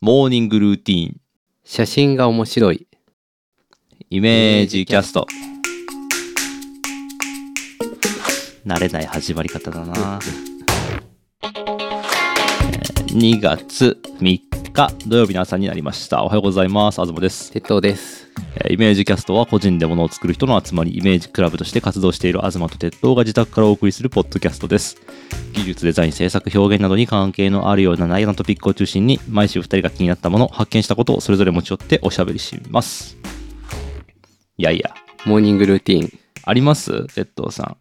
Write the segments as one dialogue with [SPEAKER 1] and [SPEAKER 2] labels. [SPEAKER 1] モーニングルーティーン、
[SPEAKER 2] 写真が面白い。
[SPEAKER 1] イメージキャスト。慣れない始まり方だな。2月3日土曜日の朝になりました。おはようございます。東です。
[SPEAKER 2] 鉄塔です。
[SPEAKER 1] えーイメージキャストは個人で物を作る人の集まりイメージクラブとして活動している東と鉄道が自宅からお送りするポッドキャストです技術デザイン制作表現などに関係のあるような内容のトピックを中心に毎週2人が気になったもの発見したことをそれぞれ持ち寄っておしゃべりしますいやいや
[SPEAKER 2] モーニングルーティーン。
[SPEAKER 1] あります鉄道さん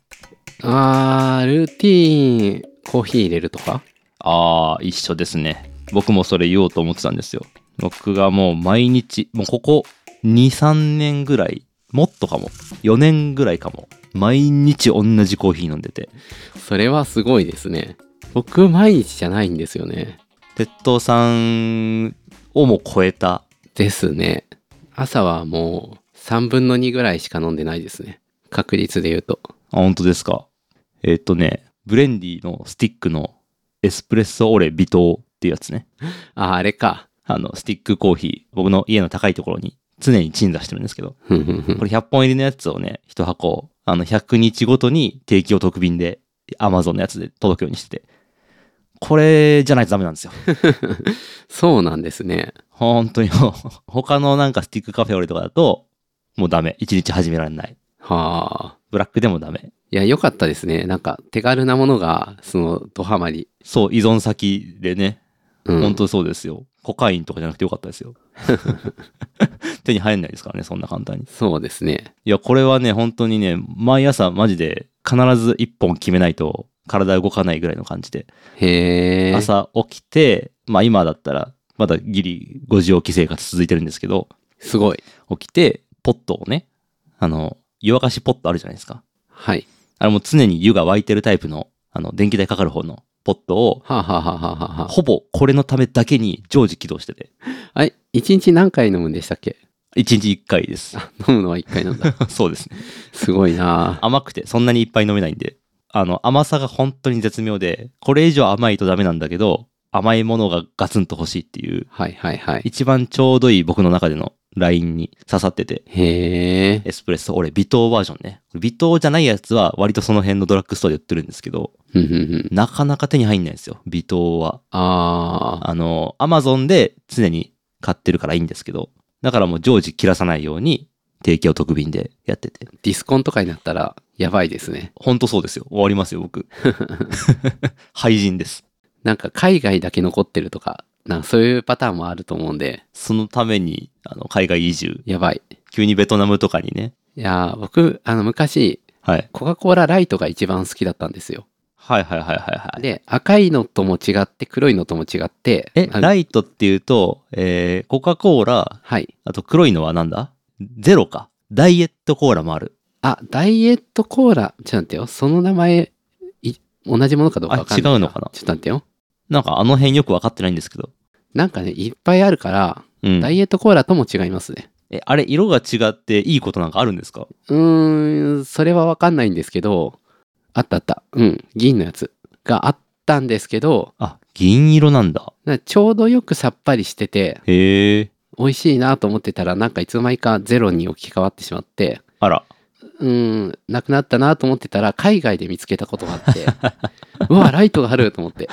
[SPEAKER 2] あー、ルーティーン、コーヒー入れるとか
[SPEAKER 1] ああ一緒ですね僕もそれ言おうと思ってたんですよ僕がもう毎日もうここ23年ぐらいもっとかも4年ぐらいかも毎日同じコーヒー飲んでて
[SPEAKER 2] それはすごいですね。僕、毎日じゃないんですよね。
[SPEAKER 1] 鉄塔さんをも超えた
[SPEAKER 2] ですね。朝はもう、3分の2ぐらいしか飲んでないですね。確率で言うと。
[SPEAKER 1] あ本当ですかえっ、とねブレンディのスティックのエスプレッソオレ微糖っていうやつね
[SPEAKER 2] あー、あれか。
[SPEAKER 1] あのスティックコーヒー僕の家の高いところに常に鎮座してるんですけど
[SPEAKER 2] ふんふんふん
[SPEAKER 1] これ100本入りのやつをね1箱あの100日ごとに定期を特便で Amazon のやつで届くようにしててこれじゃないとダメなんですよ
[SPEAKER 2] そうなんですね。
[SPEAKER 1] 本当にもう他のなんかスティックカフェオレとかだともうダメ1日始められない
[SPEAKER 2] はあ。
[SPEAKER 1] ブラックでもダメ
[SPEAKER 2] いや、良かったですね。なんか、手軽なものが、その、ドハマり。
[SPEAKER 1] そう、依存先でね、
[SPEAKER 2] うん、
[SPEAKER 1] 本当そうですよ。コカインとかじゃなくてよかったですよ。 手に入んないですからね、そんな簡単に。
[SPEAKER 2] そうですね。
[SPEAKER 1] いや、これはね、本当にね、毎朝マジで必ず1本決めないと体動かないぐらいの感じで、
[SPEAKER 2] へえ。
[SPEAKER 1] 朝起きて、まあ今だったら、まだギリ5時起き生活続いてるんですけど、
[SPEAKER 2] すごい。
[SPEAKER 1] 起きて、ポットをね、あの、湯沸かしポットあるじゃないですか。
[SPEAKER 2] はい。
[SPEAKER 1] あれも常に湯が沸いてるタイプの、あの、電気代かかる方のポットを、
[SPEAKER 2] はあ、はあはあはあは
[SPEAKER 1] ほぼこれのためだけに常時起動してて。
[SPEAKER 2] あ、はい。一日何回飲むんでしたっけ
[SPEAKER 1] 1日1回です。
[SPEAKER 2] あ飲むのは1回なんだ。
[SPEAKER 1] そうですね。
[SPEAKER 2] すごいな
[SPEAKER 1] 甘くて、そんなにいっぱい飲めないんで。あの、甘さが本当に絶妙で、これ以上甘いとダメなんだけど、甘いものがガツンと欲しいっていう、
[SPEAKER 2] はいはいはい。
[SPEAKER 1] 一番ちょうどいい僕の中でのラインに刺さってて、
[SPEAKER 2] へえ。
[SPEAKER 1] エスプレッソ、俺、微糖バージョンね。微糖じゃないやつは、割とその辺のドラッグストアで売ってるんですけど、
[SPEAKER 2] ふんふんふん
[SPEAKER 1] なかなか手に入んないんですよ、微糖は。
[SPEAKER 2] ああ。
[SPEAKER 1] あの、アマゾンで常に買ってるからいいんですけど、だからもう常時切らさないように、提供特便でやってて。
[SPEAKER 2] ディスコンとかになったらやばいですね。
[SPEAKER 1] ほんとそうですよ。終わりますよ、僕。 廃人です。
[SPEAKER 2] なんか海外だけ残ってるとか、なんかそういうパターンもあると思うんで、
[SPEAKER 1] そのために、あの、海外移住。
[SPEAKER 2] やばい。
[SPEAKER 1] 急にベトナムとかにね。
[SPEAKER 2] いやー僕、あの昔、
[SPEAKER 1] はい。
[SPEAKER 2] コカ・コーラライトが一番好きだったんですよ。
[SPEAKER 1] はいはいはいはいはい。
[SPEAKER 2] で、赤いのとも違って、黒いのとも違って、
[SPEAKER 1] え、
[SPEAKER 2] あの
[SPEAKER 1] ライトっていうと、えー、コカ・コーラ、
[SPEAKER 2] はい。
[SPEAKER 1] あと黒いのはなんだゼロか。ダイエットコーラもある。
[SPEAKER 2] あ、ダイエットコーラ。ちょっと待ってよ。その名前、い同じものかどうかわかんない。
[SPEAKER 1] あ違うのかな
[SPEAKER 2] ちょっと待ってよ。
[SPEAKER 1] なんかあの辺よくわかってないんですけど。
[SPEAKER 2] なんかね、いっぱいあるから、
[SPEAKER 1] うん
[SPEAKER 2] ダ。イエットコーラとも違いますね。
[SPEAKER 1] え、あれ、色が違っていいことなんかあるんですか
[SPEAKER 2] うーん、それはわかんないんですけど、あったあった。うん、銀のやつがあったんですけど、
[SPEAKER 1] あ、銀色なんだ。
[SPEAKER 2] なちょうどよくさっぱりしてて、
[SPEAKER 1] へえ。
[SPEAKER 2] 美味しいなと思ってたら、なんかいつの間にかゼロに置き換わってしまって、
[SPEAKER 1] あら。
[SPEAKER 2] うーん、なくなったなと思ってたら、海外で見つけたことがあって、 うわ、ライトがあると思って。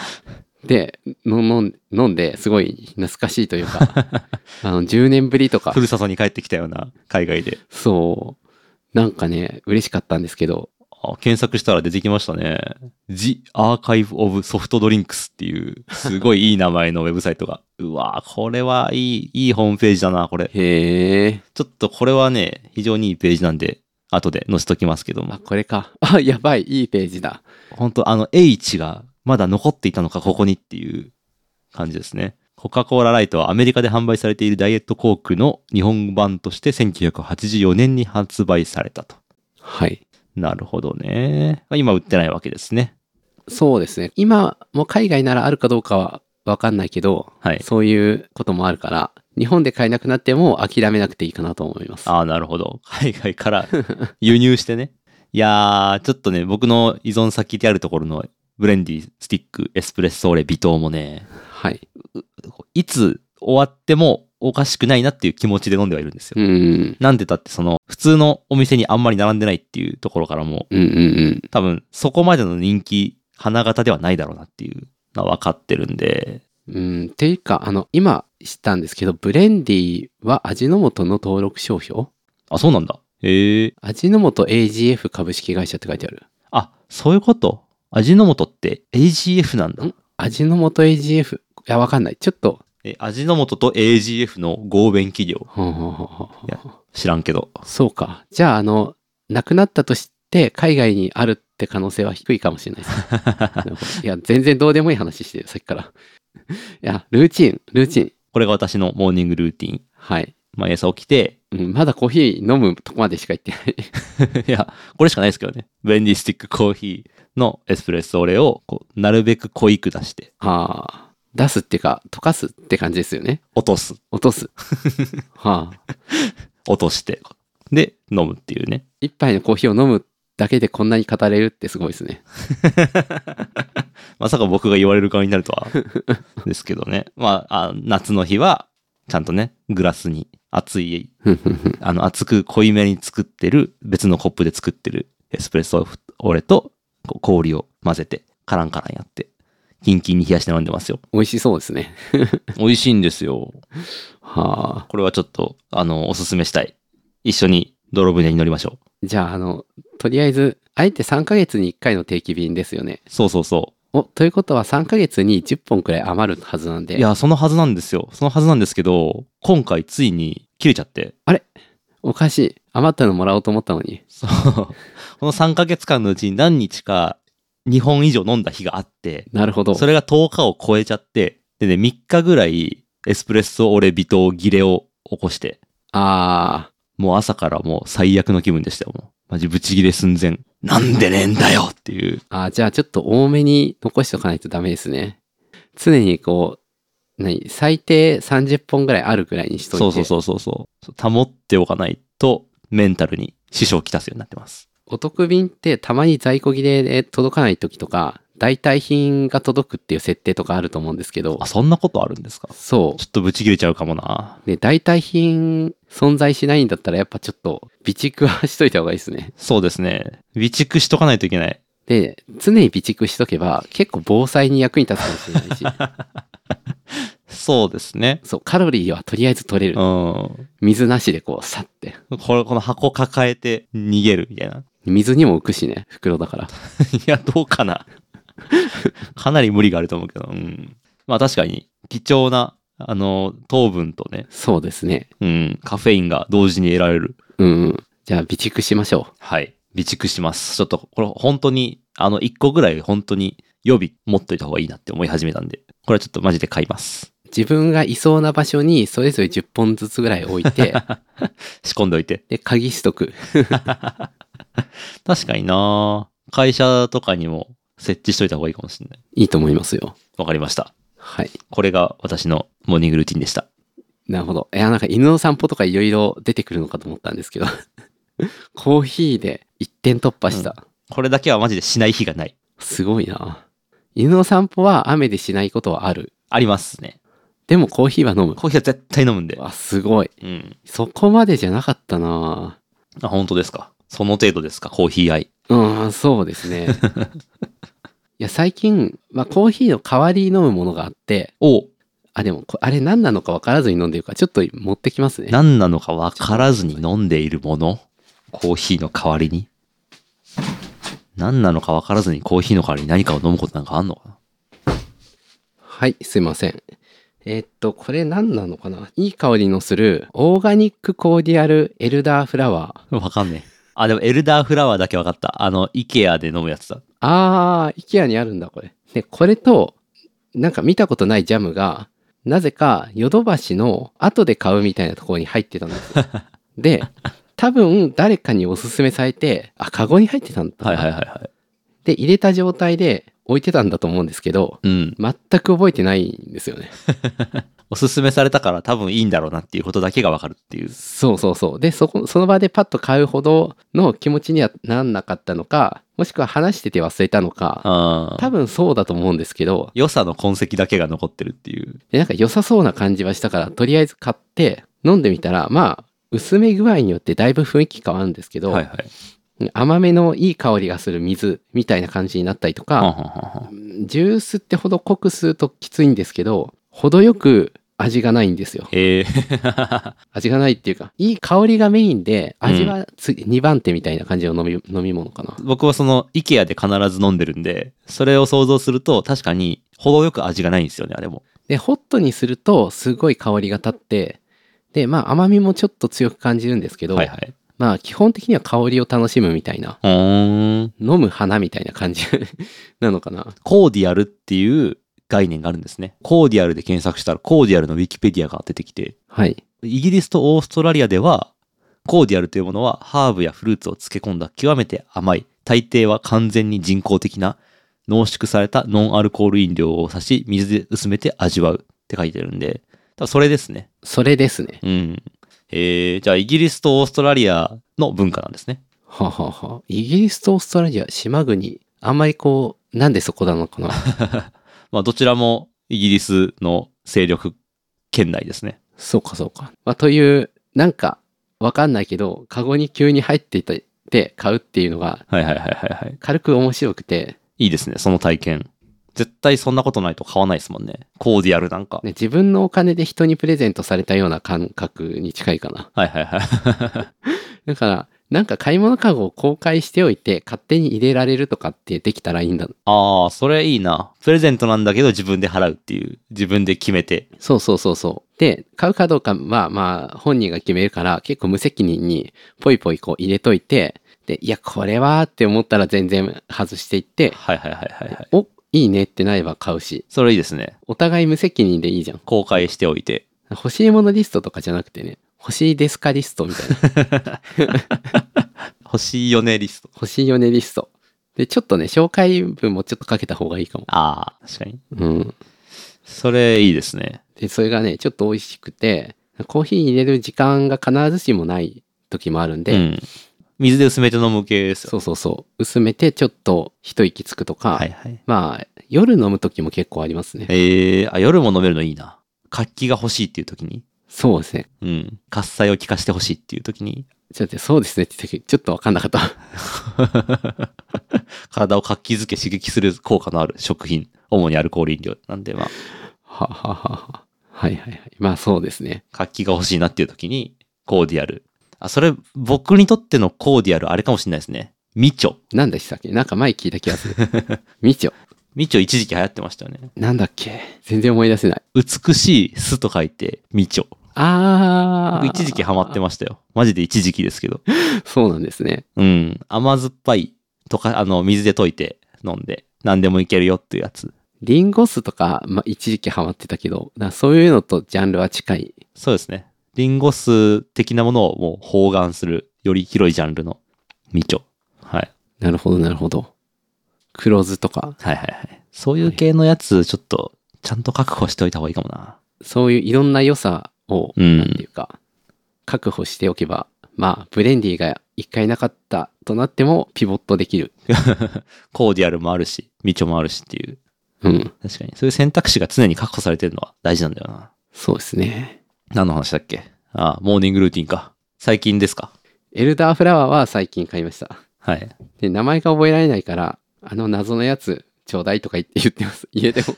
[SPEAKER 2] で、の飲ん飲んで、すごい懐かしいというか、 あの、10年ぶりとか
[SPEAKER 1] ふ、るさとに帰ってきたような、海外で。
[SPEAKER 2] そう、なんかね、嬉しかったんですけど、
[SPEAKER 1] あ検索したら出てきましたね。The Archive of Soft Drinks っていう、すごいいい名前のウェブサイトが。 うわーこれはいい、いいホームページだな、これ。
[SPEAKER 2] へえ、
[SPEAKER 1] ちょっとこれはね、非常にいいページなんで、後で載せときますけども
[SPEAKER 2] あ、。これか。あ、やばい、いいページだ。
[SPEAKER 1] 本当あの、H がまだ残っていたのか、ここにっていう感じですね。コカ・コーラライトはアメリカで販売されているダイエットコークの日本版として1984年に発売されたと。
[SPEAKER 2] はい。
[SPEAKER 1] なるほどね。今売ってないわけですね。
[SPEAKER 2] そうですね。今も海外ならあるかどうかはわかんないけど、
[SPEAKER 1] はい。
[SPEAKER 2] そういうこともあるから、日本で買えなくなっても諦めなくていいかなと思います。
[SPEAKER 1] ああ、なるほど。海外から輸入してね。いやー、ちょっとね、僕の依存先であるところのブレンディ、スティック、エスプレッソ、オレ、微糖もね、
[SPEAKER 2] はい。
[SPEAKER 1] いつ終わってもおかしくないなっていう気持ちで飲んではいるんですよ。
[SPEAKER 2] うん。
[SPEAKER 1] なんでだってその、普通のお店にあんまり並んでないっていうところからも、
[SPEAKER 2] うんうん
[SPEAKER 1] 多分そこまでの人気、花形ではないだろうなっていうのは分かってるんで、
[SPEAKER 2] うん。うん。っていうか、あの、今知ったんですけど、ブレンディは味の素の登録商標
[SPEAKER 1] あ、そうなんだ。へえ。
[SPEAKER 2] 味の素 AGF 株式会社って書いてある。
[SPEAKER 1] あ、そういうこと味の素って AGF なんだ。
[SPEAKER 2] ん味の素 AGF? いや、わかんない。ちょっと。
[SPEAKER 1] え、味の素と AGF の合弁企業。
[SPEAKER 2] ほうほうほうほうほう
[SPEAKER 1] いや知らんけど。
[SPEAKER 2] そうか。じゃあ、あの、なくなったとして、海外にあるって可能性は低いかもしれないですね。なるほ どいや、全然どうでもいい話してる、さっきから。 いや、ルーチン、ルーチン。
[SPEAKER 1] これが私のモーニングルーティン。
[SPEAKER 2] はい。
[SPEAKER 1] 毎朝起きて、
[SPEAKER 2] うん、まだコーヒー飲むとこまでしか言ってない。
[SPEAKER 1] いや、これしかないですけどね。ブレンディスティックコーヒーのエスプレッソオレを、こう、なるべく濃いく出して、
[SPEAKER 2] ああ。出すっていうか、溶かすって感じですよね。
[SPEAKER 1] 落とす、
[SPEAKER 2] 落とす。 はあ。
[SPEAKER 1] 落として、で、飲むっていうね。
[SPEAKER 2] 一杯のコーヒーを飲むだけでこんなに語れるってすごいですね。
[SPEAKER 1] まさか僕が言われる側になる とは。ですけどね。まあ、あ夏の日は、ちゃんとね、グラスに熱い、
[SPEAKER 2] ふんふんふん
[SPEAKER 1] あの、熱く濃いめに作ってる、別のコップで作ってるエスプレッソオレと、こう氷を混ぜて、カランカランやって、キンキンに冷やして飲んでますよ。
[SPEAKER 2] 美味しそうですね。
[SPEAKER 1] 美味しいんですよ。
[SPEAKER 2] はあ。
[SPEAKER 1] これはちょっと、あの、おすすめしたい。一緒に泥船に乗りましょう。
[SPEAKER 2] じゃあ、あの、とりあえず、あえて3ヶ月に1回の定期便ですよね。
[SPEAKER 1] そうそうそ
[SPEAKER 2] お、ということは3ヶ月に10本くらい余るはずなん
[SPEAKER 1] う。
[SPEAKER 2] で。
[SPEAKER 1] いや、そのはずなんですよ。そのはずなんですけど、今回ついに切れちゃって。
[SPEAKER 2] おかしい。余ったのもらおうと思ったのに。
[SPEAKER 1] そう。 この3ヶ月間のうちに何日か2本以上飲んだ日があって、
[SPEAKER 2] なるほど。
[SPEAKER 1] それが10日を超えちゃって、でね、3日ぐらいエスプレッソオレビトギレを起こして、
[SPEAKER 2] ああ。
[SPEAKER 1] もう朝からもう最悪の気分でしたよ、もう。マジブチギレ寸前。なんでねえんだよっていう。
[SPEAKER 2] あーじゃあちょっと多めに残しておかないとダメですね。常にこう、何最低30本ぐらいあるぐらいにしといて。
[SPEAKER 1] そうそうそうそうそう。保っておかないと、メンタルに支障をきたすようになってます。
[SPEAKER 2] お得便ってたまに在庫切れで届かない時とか、代替品が届くっていう設定とかあると思うんですけど
[SPEAKER 1] あ、、そんなことあるんですか
[SPEAKER 2] そ
[SPEAKER 1] ちょっとブチ切れちゃうかもな。
[SPEAKER 2] う。ね、代替品存在しないんだったらやっぱちょっと備蓄はしといた方がいいですね。
[SPEAKER 1] そうですね。備蓄しとかないといけない。
[SPEAKER 2] で、常に備蓄しとけば結構防災に役に立つかもしれないし、
[SPEAKER 1] そうですね。
[SPEAKER 2] そう、カロリーはとりあえず取れ
[SPEAKER 1] うん。
[SPEAKER 2] る。
[SPEAKER 1] こ
[SPEAKER 2] 水なしでこう、さって。
[SPEAKER 1] れ、この箱抱えて逃げるみたいな。
[SPEAKER 2] 水にも浮くしね、袋だから。
[SPEAKER 1] いや、どうかな。 かなり無理があると思うけど。うん。まあ確かに、貴重な、あの、糖分とね、
[SPEAKER 2] そうですね。
[SPEAKER 1] うん、カフェインが同時に得られる。
[SPEAKER 2] うんうん。じゃあ、備蓄しましょ
[SPEAKER 1] はい。備蓄します。ちょっと、これ本当に、あの、1個ぐらい本当に予備持っといた方がいいなって思い始めたんで、これはちょっとマジで買います。
[SPEAKER 2] う。自分がいそうな場所に、それぞれ10本ずつぐらい置いて、
[SPEAKER 1] 仕込んでおいて。
[SPEAKER 2] で、鍵しとく。
[SPEAKER 1] 確かにな会社とかにも設置しといた方がいいかもしれない。
[SPEAKER 2] いいと思いますよ。
[SPEAKER 1] わかりました。
[SPEAKER 2] はい。
[SPEAKER 1] これが私のモーニングルーティンでした。
[SPEAKER 2] なるほど。いや、なんか犬の散歩とかいろいろ出てくるのかと思ったんですけど、 コーヒーで一点突破した。
[SPEAKER 1] これだけはマジでしない日がない。
[SPEAKER 2] すごいな。犬の散歩は雨でしないことはある。
[SPEAKER 1] ありますね。
[SPEAKER 2] でもコーヒーは飲む。
[SPEAKER 1] コーヒーは絶対飲むんで。
[SPEAKER 2] あ、すごい。
[SPEAKER 1] うん。
[SPEAKER 2] そこまでじゃなかったな。
[SPEAKER 1] あ、本当ですか。その程度ですか、コーヒー愛。
[SPEAKER 2] うーん、そうですね。いや、最近、まあ、コーヒーの代わりに飲むものがあって、
[SPEAKER 1] を
[SPEAKER 2] あ、でもこ、あれ何なのか分からずに飲んでるから、ちょっと持ってきますね。
[SPEAKER 1] 何なのか分からずに飲んでいるものコーヒーの代わりに何なのか分からずにコーヒーの代わりに何かを飲むことなんかあんのかな
[SPEAKER 2] はい、すいません。えーっと、これ何なのかないい香りのする、オーガニックコーディアルエルダーフラワー。
[SPEAKER 1] 分かんねえあでもエルダーフラワーだけ分かったあの IKEA で飲むやつだ
[SPEAKER 2] あー、IKEA にあるんだ、これ。で、これと、なんか見たことないジャムが、なぜか、ヨドバシの後で買うみたいなところに入ってたんですよ。で、多分、誰かにおすすめされて、あ、カゴに入ってたんだ。
[SPEAKER 1] はいはいはいはい
[SPEAKER 2] で、入れた状態で、置いてたんだと思うんですけど、
[SPEAKER 1] うん。
[SPEAKER 2] 全く覚えてないんですよね。
[SPEAKER 1] おすすめされたから多分いいんだろうなっていうことだけがわかるっていう。
[SPEAKER 2] そうそうそう。で、そこ、その場でパッと買うほどの気持ちにはなんなかったのか、もしくは話してて忘れたのか、
[SPEAKER 1] ああ。
[SPEAKER 2] 多分そうだと思うんですけど、
[SPEAKER 1] 良さの痕跡だけが残ってるっていう。
[SPEAKER 2] でなんか良さそうな感じはしたから、とりあえず買って飲んでみたら、まあ、薄め具合によってだいぶ雰囲気変わるんですけど、
[SPEAKER 1] はいはい。
[SPEAKER 2] 甘めのいい香りがする水みたいな感じになったりと
[SPEAKER 1] はんは
[SPEAKER 2] か、
[SPEAKER 1] んはんはん
[SPEAKER 2] ジュースってほど濃くするときついんですけど、程よく味がないんですよ。
[SPEAKER 1] へえ。は
[SPEAKER 2] 味がないっていうか、いい香りがメインで、味は次、2番手みたいな感じの飲み飲み物かな。
[SPEAKER 1] 僕はその IKEA で必ず飲んでるんで、それを想像すると確かに程よく味がないんですよね、あれも。
[SPEAKER 2] で、ホットにすると、すごい香りが立って、で、まあ甘みもちょっと強く感じるんですけど、
[SPEAKER 1] はいはい。
[SPEAKER 2] まあ基本的には香りを楽しむみたいな、
[SPEAKER 1] うーん。
[SPEAKER 2] 飲む花みたいな感じ なのかな。
[SPEAKER 1] コーディアルっていう概念があるんですね。コーディアルで検索したらコーディアルのウィキペディアが出てきて、
[SPEAKER 2] はい。
[SPEAKER 1] イギリスとオーストラリアでは、コーディアルというものはハーブやフルーツを漬け込んだ極めて甘い、大抵は完全に人工的な濃縮されたノンアルコール飲料を指し、水で薄めて味わうって書いてるんで、多分それですね。
[SPEAKER 2] それですね。
[SPEAKER 1] うん。えー、じゃあイギリスとオーストラリアの文化なんですね。
[SPEAKER 2] はあはあはあイギリスとオーストラリア、島国、あんまりこう、なんでそこなのかな。
[SPEAKER 1] まあどちらもイギリスの勢力圏内ですね。
[SPEAKER 2] そうかそうか。まあ、という、なんか、わかんないけど、カゴに急に入っていたで買うっていうのが、
[SPEAKER 1] はいはいはいはいはい。
[SPEAKER 2] 軽く面白くて、
[SPEAKER 1] いいですね、その体験。絶対そんなことないと買わないですもんね。コーディアルなんか。
[SPEAKER 2] ね、自分のお金で人にプレゼントされたような感覚に近いかな。
[SPEAKER 1] はいはい はい。
[SPEAKER 2] だから、なんか買い物カゴを公開しておいて、勝手に入れられるとかってできたらいいんだ。
[SPEAKER 1] ああ、それいいな。プレゼントなんだけど自分で払うっていう。自分で決めて。
[SPEAKER 2] そうそうそうそう。で、買うかどうかは、まあ、本人が決めるから、結構無責任に、ぽいぽいこう入れといて、で、いや、これはって思ったら全然外していって、
[SPEAKER 1] はいはいはいはいはい。
[SPEAKER 2] お、いいねってなれば買うし、
[SPEAKER 1] それいいですね。
[SPEAKER 2] お互い無責任でいいじゃん。
[SPEAKER 1] 公開しておいて。
[SPEAKER 2] 欲しいものリストとかじゃなくてね、欲しいですかリストみたいな。
[SPEAKER 1] 欲しいよね、リスト。
[SPEAKER 2] 欲しいよねリスト。で、ちょっとね、紹介文もちょっとかけた方がいいかも。
[SPEAKER 1] ああ、確かに。
[SPEAKER 2] うん。
[SPEAKER 1] それいいですね。
[SPEAKER 2] で、それがね、ちょっと美味しくて、コーヒー入れる時間が必ずしもない時もあるんで、
[SPEAKER 1] うん。水で薄めて飲む系ですよ。
[SPEAKER 2] そうそうそう、薄めてちょっと一息つくとか、
[SPEAKER 1] はいはい。
[SPEAKER 2] まあ、夜飲む時も結構ありますね。
[SPEAKER 1] ええー、あ、夜も飲めるのいいな。活気が欲しいっていう時に。
[SPEAKER 2] そうですね。
[SPEAKER 1] うん。喝采を聞かせて欲しいっていう時に。
[SPEAKER 2] ちょっと、そうですねって言ったけどちょっとわかんなかった。
[SPEAKER 1] 体を活気づけ刺激する効果のある食品。主にアルコール飲料なんで、まあ、
[SPEAKER 2] はははは。はいはいはい。まあそうですね。
[SPEAKER 1] 活気が欲しいなっていう時に、コーディアル。あ、それ、僕にとってのコーディアル、あれかもしれないですね。ミチョ。
[SPEAKER 2] なんだしたっけなんか前聞いた気がする。 みちょ。
[SPEAKER 1] ミチョ一時期流行ってましたよね。
[SPEAKER 2] なんだっけ全然思い出せない。
[SPEAKER 1] 美しい巣と書いて、ミチョ。
[SPEAKER 2] あ
[SPEAKER 1] 僕
[SPEAKER 2] ー。
[SPEAKER 1] 一時期ハマってましたよ。マジで一時期ですけど。
[SPEAKER 2] そうなんですね。
[SPEAKER 1] うん。甘酸っぱいとか、あの、水で溶いて飲んで、何でもいけるよっていうやつ。
[SPEAKER 2] リンゴ酢とか、まあ、一時期ハマってたけど、なそういうのとジャンルは近い。
[SPEAKER 1] そうですね。リンゴ酢的なものをもう包含する、より広いジャンルのミチョ。はい。
[SPEAKER 2] なるほど、なるほど。黒酢とか、
[SPEAKER 1] はいはいはい。そういう系のやつ、ちょっと、ちゃんと確保しておいた方がいいかもな。
[SPEAKER 2] そういういろんな良さを、
[SPEAKER 1] うん
[SPEAKER 2] なんていうか、確保しておけば、まあ、ブレンディが一回なかったとなってもピボットできる。
[SPEAKER 1] コーディアルもあるし、みちょもあるしっていう。
[SPEAKER 2] うん。
[SPEAKER 1] 確かに。そういう選択肢が常に確保されてるのは大事なんだよな。
[SPEAKER 2] そうですね。
[SPEAKER 1] 何の話だっけああ、モーニングルーティンか。最近ですか
[SPEAKER 2] エルダーフラワーは最近買いました。
[SPEAKER 1] はい。
[SPEAKER 2] で、名前が覚えられないから、あの謎のやつ、ちょうだいとか言って言ってます。 家でも。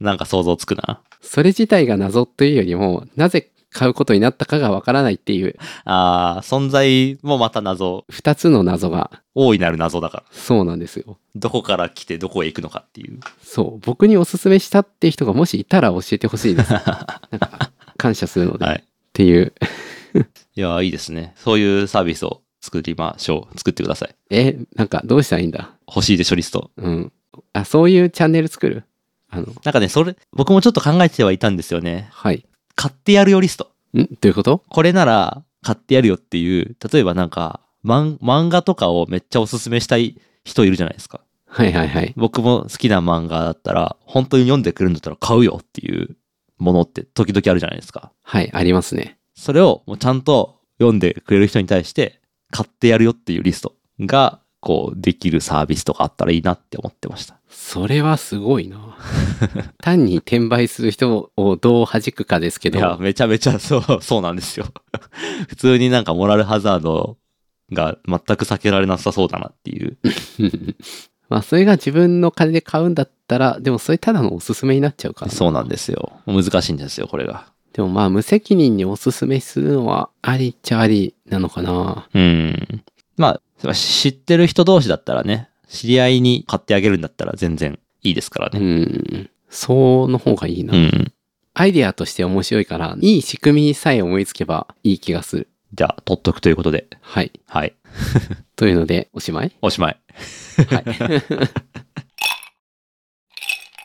[SPEAKER 1] なんか想像つくな。
[SPEAKER 2] それ自体が謎というよりも、なぜ買うことになったかがわからないっていう、
[SPEAKER 1] ああ、存在もまた謎。
[SPEAKER 2] 二つの謎が、
[SPEAKER 1] 大いなる謎だから。
[SPEAKER 2] そうなんですよ。
[SPEAKER 1] どこから来てどこへ行くのかっていう。
[SPEAKER 2] そう、僕におすすめしたっていう人がもしいたら教えてほし いです。なんか、感謝するので、
[SPEAKER 1] は
[SPEAKER 2] っ
[SPEAKER 1] い。
[SPEAKER 2] ていう。
[SPEAKER 1] いやー、いいですね。そういうサービスを作りましょう。作ってください。
[SPEAKER 2] え、なんか、どうしたらいいんだ
[SPEAKER 1] 欲しいでしょ、リスト。
[SPEAKER 2] うん。あ、そういうチャンネル作るあの、
[SPEAKER 1] なんかね、それ、僕もちょっと考えてはいたんですよね。
[SPEAKER 2] はい。
[SPEAKER 1] 買ってやるよリスト。
[SPEAKER 2] んどういうこと
[SPEAKER 1] これなら買ってやるよっていう、例えばなんか、マン漫画とかをめっちゃおすすめしたい人いるじゃないですか。
[SPEAKER 2] はいはいはい。
[SPEAKER 1] 僕も好きな漫画だったら、本当に読んでくるんだったら買うよっていうものって時々あるじゃないですか。
[SPEAKER 2] はい、ありますね。
[SPEAKER 1] それをもうちゃんと読んでくれる人に対して、買ってやるよっていうリストが、こう、できるサービスとかあったらいいなって思ってました。
[SPEAKER 2] それはすご いな。単に転売する人をどう弾くかですけ
[SPEAKER 1] いや、
[SPEAKER 2] ど、
[SPEAKER 1] めちゃめちゃそう、 そうなんですよ。普通になんかモラルハザードが全く避けられなさそうだなっていう。
[SPEAKER 2] まあそれが自分の金で買うんだったら、でもそれただのおすすめになっちゃうからな。
[SPEAKER 1] そうなんですよ。難しいんですよ、これが。
[SPEAKER 2] でもまあ無責任におすすめするのはありっちゃありなのかな。
[SPEAKER 1] うん。まあ、知ってる人同士だったらね、知り合いに買ってあげるんだったら全然いいですから
[SPEAKER 2] う
[SPEAKER 1] ね。
[SPEAKER 2] ん。そうの方がいいな。
[SPEAKER 1] うん。
[SPEAKER 2] アイデアとして面白いから、いい仕組みさえ思いつけばいい気がする。
[SPEAKER 1] じゃあ、取っとくということで。
[SPEAKER 2] はい。
[SPEAKER 1] はい。
[SPEAKER 2] というので、おしまい
[SPEAKER 1] おしまい。
[SPEAKER 2] はい。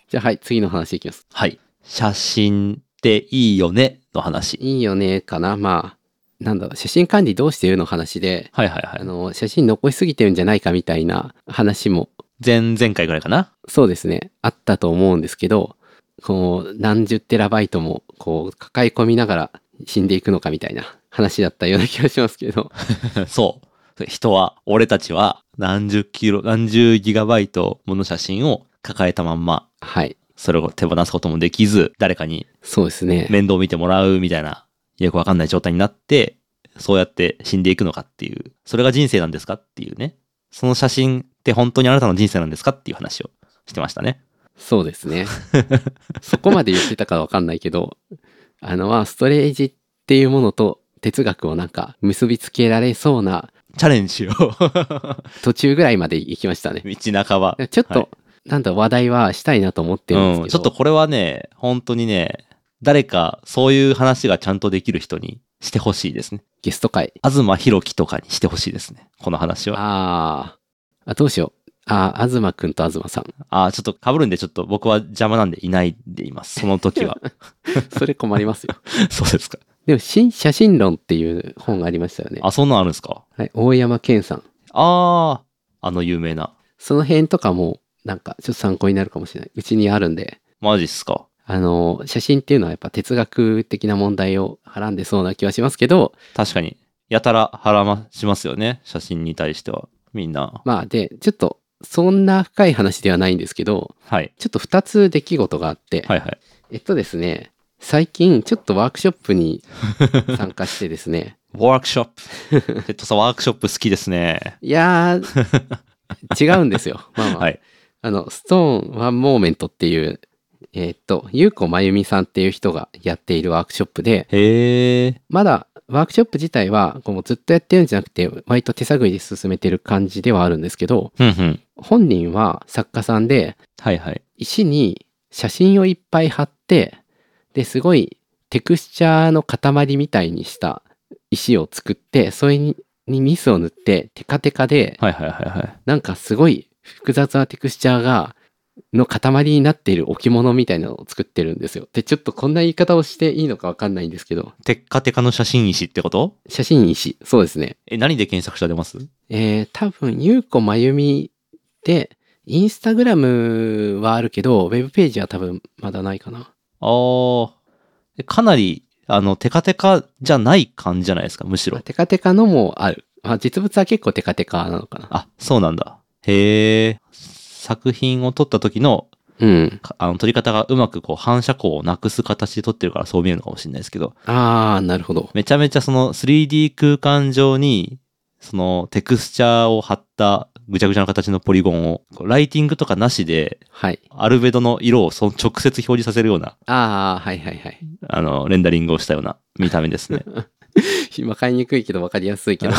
[SPEAKER 2] じゃあはい、次の話いきます。
[SPEAKER 1] はい。写真っていいよねの話。
[SPEAKER 2] いいよね、かな。まあ、なんだろう、写真管理どうしてるの話で、
[SPEAKER 1] はいはい
[SPEAKER 2] あ
[SPEAKER 1] はい。
[SPEAKER 2] の、写真残しすぎてるんじゃないかみたいな話も
[SPEAKER 1] 前々回ぐらいかな。
[SPEAKER 2] そうですね。あったと思うんですけど、こう、何十テラバイトも、こう、抱え込みながら死んでいくのかみたいな話だったような気がしますけど。
[SPEAKER 1] そう。人は、俺たちは何十キロ、何十ギガバイトもの写真を抱えたまんま、
[SPEAKER 2] はい。
[SPEAKER 1] それを手放すこともできず、誰かに
[SPEAKER 2] そうですね。
[SPEAKER 1] 面倒を見てもらうみたいな、よくわかんない状態になって、そうやって死んでいくのかっていう、それが人生なんですかっていうね。その写真って本当にあなたの人生なんですかっていう話をしてましたね。
[SPEAKER 2] そうですね。 そこまで言ってたかわかんないけど、あの、まあ、ストレージっていうものと哲学をなんか結びつけられそうな
[SPEAKER 1] チャレンジを。 道
[SPEAKER 2] 途中ぐらいまで行きましたね。
[SPEAKER 1] 半ば。
[SPEAKER 2] ちょっと、
[SPEAKER 1] はい
[SPEAKER 2] なんだ、話題はしたいなと思ってるんです
[SPEAKER 1] うん、
[SPEAKER 2] け
[SPEAKER 1] ち
[SPEAKER 2] ど。
[SPEAKER 1] ょっとこれはね、本当にね、誰かそういう話がちゃんとできる人にしてほしいですね。
[SPEAKER 2] ゲスト会
[SPEAKER 1] 東博樹とかにしてほしいですね。この話は。
[SPEAKER 2] あーあ、どうしよう。ああ、東くんと東 さん。
[SPEAKER 1] ああ、ちょっと被るんで、ちょっと僕は邪魔なんでいないでいます。その時 は。
[SPEAKER 2] それ困りますよ。
[SPEAKER 1] そうですか。
[SPEAKER 2] でも、新写真論っていう本がありましたよね。
[SPEAKER 1] あ、そんなんあるんですか
[SPEAKER 2] はい、大山健さん。
[SPEAKER 1] ああ、あの有名な。
[SPEAKER 2] その辺とかも、なんか、ちょっと参考になるかもしれない。うちにあるんで、
[SPEAKER 1] マジっすか。
[SPEAKER 2] あの、写真っていうのはやっぱ哲学的な問題をはらんでそうな気はしますけど、
[SPEAKER 1] 確かに。やたら腹ましますよね。写真に対しては。みんな。
[SPEAKER 2] まあ、で、ちょっと、そんな深い話ではないんですけど、
[SPEAKER 1] はい。
[SPEAKER 2] ちょっと2つ出来事があって、
[SPEAKER 1] はいはい。
[SPEAKER 2] えっとですね、最近、ちょっとワークショップに参加してですね、
[SPEAKER 1] ワー クショップ。テッドさん、ワークショップ好きですね。
[SPEAKER 2] いやー、違うんですよ。まあま あ。
[SPEAKER 1] はい
[SPEAKER 2] あの、ストーンワンモーメントっていう、えーっと、ゆうこまゆみさんっていう人がやっているワークショップで、
[SPEAKER 1] へえ。
[SPEAKER 2] まだワークショップ自体は、こうもうずっとやってるんじゃなくて、割と手探りで進めてる感じではあるんですけど、
[SPEAKER 1] ふんふん。
[SPEAKER 2] 本人は作家さんで、
[SPEAKER 1] はいはい。
[SPEAKER 2] 石に写真をいっぱい貼って、で、すごいテクスチャーの塊みたいにした石を作って、それにミスを塗って、テカテカで、
[SPEAKER 1] はいはいはいはい。
[SPEAKER 2] なんかすごい複雑なテクスチャーが、の塊になっている置物みたいなのを作ってるんですよ。で、ちょっとこんな言い方をしていいのかわかんないんですけど、
[SPEAKER 1] テッカテカの写真石ってこと
[SPEAKER 2] 写真石、そうですね。
[SPEAKER 1] え、何で検索したら出ます
[SPEAKER 2] えー、多分、ゆうこまゆみで、インスタグラムはあるけど、ウェブページは多分まだないかな。
[SPEAKER 1] あー。えかなり、あの、テカテカじゃない感じじゃないですか、むしろ
[SPEAKER 2] あ。テカテカのもある。あ、実物は結構テカテカなのかな。
[SPEAKER 1] あ、そうなんだ。へえ。作品を撮った時の、
[SPEAKER 2] うん。
[SPEAKER 1] かあの、撮り方がうまくこう、反射光をなくす形で撮ってるからそう見えるのかもしれないですけど、
[SPEAKER 2] あー、なるほど。
[SPEAKER 1] めちゃめちゃその 3D 空間上に、そのテクスチャーを貼ったぐちゃぐちゃな形のポリゴンを、こうライティングとかなしで、
[SPEAKER 2] はい。
[SPEAKER 1] アルベドの色をその直接表示させるような、
[SPEAKER 2] あー、はいはいはい。
[SPEAKER 1] あの、レンダリングをしたような見た目ですね。
[SPEAKER 2] わかりにくいけどわかりやす いけど。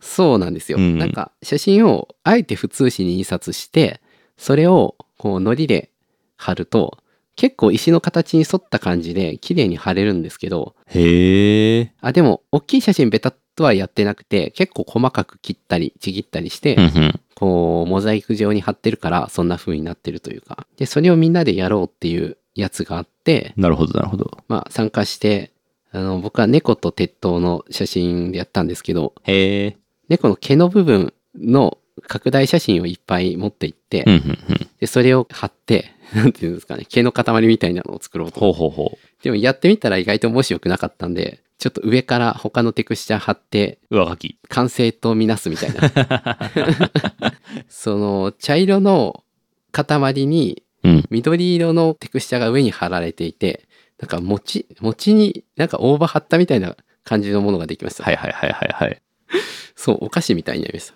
[SPEAKER 2] そうなんですよ。
[SPEAKER 1] うん
[SPEAKER 2] なんか写真をあえて普通紙に印刷して、それをこう糊で貼ると、結構石の形に沿った感じで綺麗に貼れるんですけど、
[SPEAKER 1] へえ。
[SPEAKER 2] あ、でも大きい写真ベタっとはやってなくて、結構細かく切ったりちぎったりして、
[SPEAKER 1] うんうん。
[SPEAKER 2] こうモザイク状に貼ってるからそんな風になってるというか。で、それをみんなでやろうっていうやつがあって、
[SPEAKER 1] なるほど、なるほど。
[SPEAKER 2] まあ参加して、あの僕は猫と鉄塔の写真でやったんですけど、
[SPEAKER 1] へえ。
[SPEAKER 2] 猫の毛の部分の拡大写真をいっぱい持っていって、
[SPEAKER 1] うんうんうん。
[SPEAKER 2] で、それを貼って、なんていうんですかね、毛の塊みたいなのを作ろうと。
[SPEAKER 1] ほうほうほ
[SPEAKER 2] でもやってみたら意外と面白くなかったんで、ちょっと上から他のテクスチャー貼って、
[SPEAKER 1] う。上書き。
[SPEAKER 2] 完成とみなすみたいな。 その、茶色の塊に
[SPEAKER 1] うん。
[SPEAKER 2] 緑色のテクスチャーが上に貼られていて、なんか餅、餅になんか大葉貼ったみたいな感じのものができました。
[SPEAKER 1] はいはいはいはいはい。
[SPEAKER 2] そう、お菓子みたいになりました。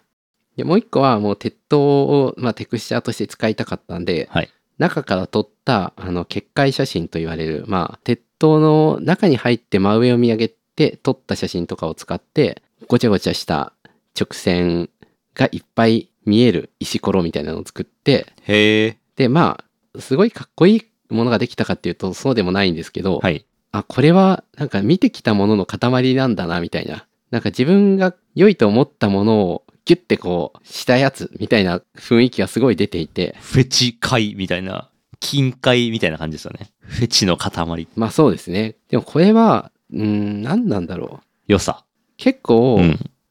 [SPEAKER 2] でもう一個はもう鉄塔を、まあ、テクスチャーとして使いたかったんで、
[SPEAKER 1] はい
[SPEAKER 2] 中から撮ったあの結界写真と言われる、まあ、鉄塔の中に入って真上を見上げて撮った写真とかを使ってごちゃごちゃした直線がいっぱい見える石ころみたいなのを作って
[SPEAKER 1] へえ。
[SPEAKER 2] でまあすごいかっこいいものができたかっていうとそうでもないんですけど、
[SPEAKER 1] はい。
[SPEAKER 2] あ、これはなんか見てきたものの塊なんだな、みたいな。なんか自分が良いと思ったものをギュッてこうしたやつみたいな雰囲気がすごい出ていて。
[SPEAKER 1] フェチ界みたいな、金界みたいな感じですよね。フェチの塊。
[SPEAKER 2] まあそうですね。でもこれは、うーん、何なんだろう。
[SPEAKER 1] 良さ。
[SPEAKER 2] 結構、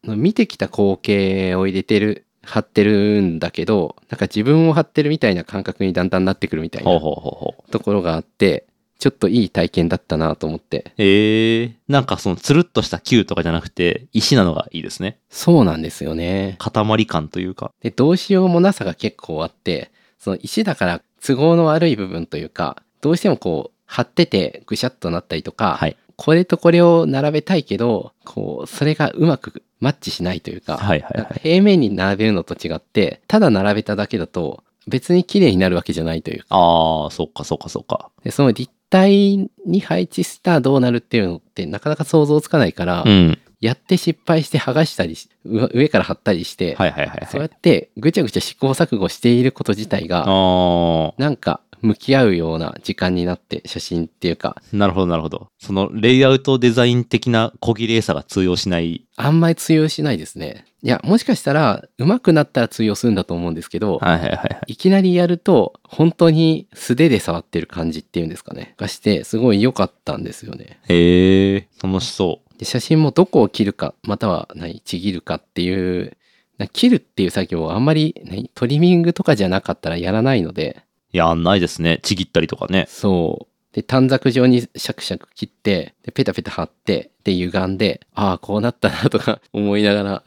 [SPEAKER 1] うん。
[SPEAKER 2] 見てきた光景を入れてる、貼ってるんだけど、なんか自分を貼ってるみたいな感覚にだんだんなってくるみたい
[SPEAKER 1] ほう
[SPEAKER 2] な
[SPEAKER 1] ほうほうほう。
[SPEAKER 2] ところがあって、ちょっといい体験だったなと思って。
[SPEAKER 1] ええ。なんかそのつるっとした球とかじゃなくて、石なのがいいですね。
[SPEAKER 2] そうなんですよね。
[SPEAKER 1] 塊感というか。
[SPEAKER 2] でどうしようもなさが結構あってその石だから都合の悪い部分というかどうしてもこう張っててぐしゃっとなったりとか、
[SPEAKER 1] はい
[SPEAKER 2] これとこれを並べたいけどこうそれがうまくマッチしないというか,、
[SPEAKER 1] はいはい
[SPEAKER 2] なんか
[SPEAKER 1] はい。
[SPEAKER 2] 平面に並べるのと違ってただ並べただけだと別に綺麗になるわけじゃないというか
[SPEAKER 1] ああ、そっかそっかそっか。
[SPEAKER 2] でその立体に配置したらどうなるっていうのってなかなか想像つかないから、
[SPEAKER 1] うん。
[SPEAKER 2] やって失敗して剥がしたりしう上から貼ったりして、
[SPEAKER 1] はいはいはい
[SPEAKER 2] そう
[SPEAKER 1] は
[SPEAKER 2] やっ
[SPEAKER 1] い。
[SPEAKER 2] てぐちゃぐちゃ試行錯誤していること自体が
[SPEAKER 1] あ
[SPEAKER 2] なんか向き合うような時間になって写真っていうか
[SPEAKER 1] あ、なるほどなるほど。そのレイアウトデザイン的な小綺麗さが通用しない。
[SPEAKER 2] あんまり通用しないですね。いやもしかしたら上手くなったら通用するんだと思うんですけど、
[SPEAKER 1] はいはいはいはい。
[SPEAKER 2] い、きなりやると本当に素手で触ってる感じっていうんですかねがしてすごい良かったんですよね。
[SPEAKER 1] へえ、楽しそう。
[SPEAKER 2] で写真もどこを切るかまたは何ちぎるかっていうな切るっていう作業はあんまり何トリミングとかじゃなかったらやらないので
[SPEAKER 1] いや、ないですね。ちぎったりとかね。
[SPEAKER 2] そう。で、短冊状にシャクシャク切って、で、ペタペタ貼って、で、歪んで、ああ、こうなったなとか 思いながら、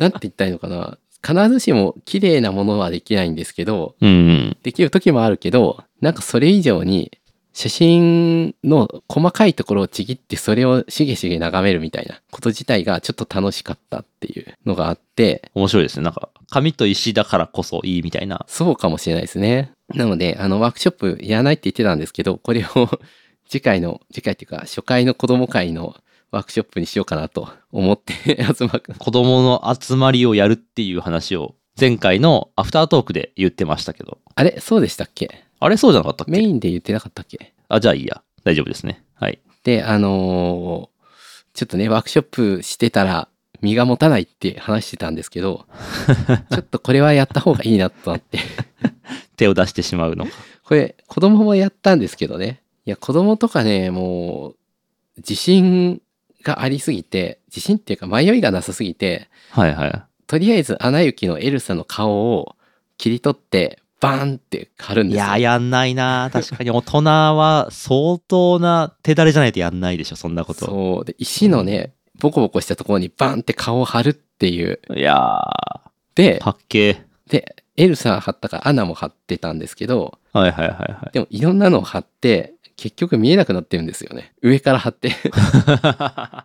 [SPEAKER 2] なんて言ったらいいのかな。必ずしも綺麗なものはできないんですけど、
[SPEAKER 1] うん。
[SPEAKER 2] できる時もあるけど、なんかそれ以上に、写真の細かいところをちぎってそれをしげしげ眺めるみたいなこと自体がちょっと楽しかったっていうのがあって、
[SPEAKER 1] 面白いですね。なんか、紙と石だからこそいいみたいな。
[SPEAKER 2] そうかもしれないですね。なので、あの、ワークショップいらないって言ってたんですけど、これを 次回の、次回っていうか、初回の子供会のワークショップにしようかなと 思って集まる。
[SPEAKER 1] 子供の集まりをやるっていう話を、前回のアフタートークで言ってましたけど。
[SPEAKER 2] あれそうでしたっけ
[SPEAKER 1] あれそうじゃなかったっ
[SPEAKER 2] メ
[SPEAKER 1] け
[SPEAKER 2] インで言ってなかったっけ
[SPEAKER 1] あ、じゃあいいや。大丈夫ですね。はい。
[SPEAKER 2] で、あのーちょっとね、ワークショップしてたら身が持たないって話してたんですけど、ちょっとこれはやった方がいいなとなって。
[SPEAKER 1] 手を出してしまうのか。
[SPEAKER 2] これ、子供もやったんですけどね。いや、子供とかね、もう、自信がありすぎて、自信っていうか迷いがなさすぎて、
[SPEAKER 1] はいはい。
[SPEAKER 2] とりあえず、アナ雪のエルサの顔を切り取って、バーンって貼るん
[SPEAKER 1] い
[SPEAKER 2] ですよ。
[SPEAKER 1] や、やんないな。確かに大人は相当な手だれじゃないとやんないでしょ、そんなこと。
[SPEAKER 2] そう。で、石のね、ボコボコしたところにバーンって顔を貼るっていう。
[SPEAKER 1] いやー、
[SPEAKER 2] で、
[SPEAKER 1] パッケ
[SPEAKER 2] で、エルサ貼ったからアナも貼ってたんですけど、
[SPEAKER 1] ー。はいはいはいはい。
[SPEAKER 2] でもいろんなのを貼って、結局見えなくなってるんですよね。上から貼って。
[SPEAKER 1] か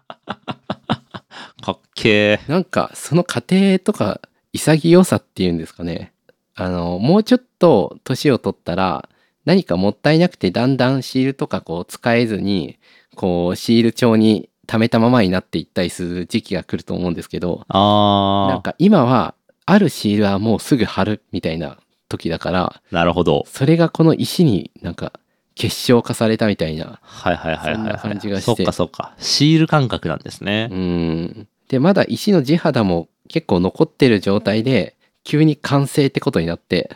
[SPEAKER 1] っけ
[SPEAKER 2] なんかその過程とか潔さっていうんですかねあのもうちょっと年を取ったら何かもったいなくてだんだんシールとかこう使えずにこうシール帳に溜めたままになっていったりする時期が来ると思うんですけどなん
[SPEAKER 1] あ
[SPEAKER 2] か今はあるシールはもうすぐ貼るみたいな時だから
[SPEAKER 1] ー、なるほど。
[SPEAKER 2] それがこの石になんか結晶化されたみたいな
[SPEAKER 1] はいはいはいは
[SPEAKER 2] そん
[SPEAKER 1] い、
[SPEAKER 2] な
[SPEAKER 1] は
[SPEAKER 2] 感じ
[SPEAKER 1] い。
[SPEAKER 2] が
[SPEAKER 1] そ
[SPEAKER 2] し
[SPEAKER 1] ってかそっか。シール感覚なんですね
[SPEAKER 2] う。ん。で、まだ石の地肌も結構残ってる状態で、急に完成ってことにな って、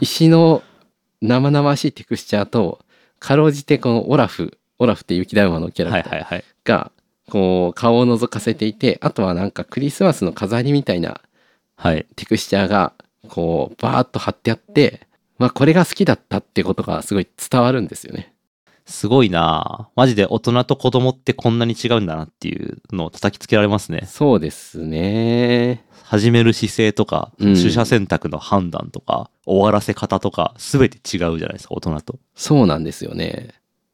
[SPEAKER 2] 石の生々しいテクスチャーと、かろうじてこのオラフ、オラフって雪だるまのキャ
[SPEAKER 1] は
[SPEAKER 2] ラ
[SPEAKER 1] い
[SPEAKER 2] クタ
[SPEAKER 1] は
[SPEAKER 2] ー
[SPEAKER 1] いはい。
[SPEAKER 2] が、こう顔を覗かせていてあとはなんかクリスマスの飾りみたいな
[SPEAKER 1] はい。
[SPEAKER 2] テクスチャーがこうバーッと貼ってあって、まあ、これが好きだったってことがすごい伝わるんですよね。
[SPEAKER 1] すごいなぁマジで大人と子供ってこんなに違うんだなっていうのを叩きつけられますね。
[SPEAKER 2] そうですね。
[SPEAKER 1] 始める姿勢とか、
[SPEAKER 2] うん
[SPEAKER 1] 取捨選択の判断とか、終わらせ方とか、すべて違うじゃないですか、大人と。
[SPEAKER 2] そうなんですよね。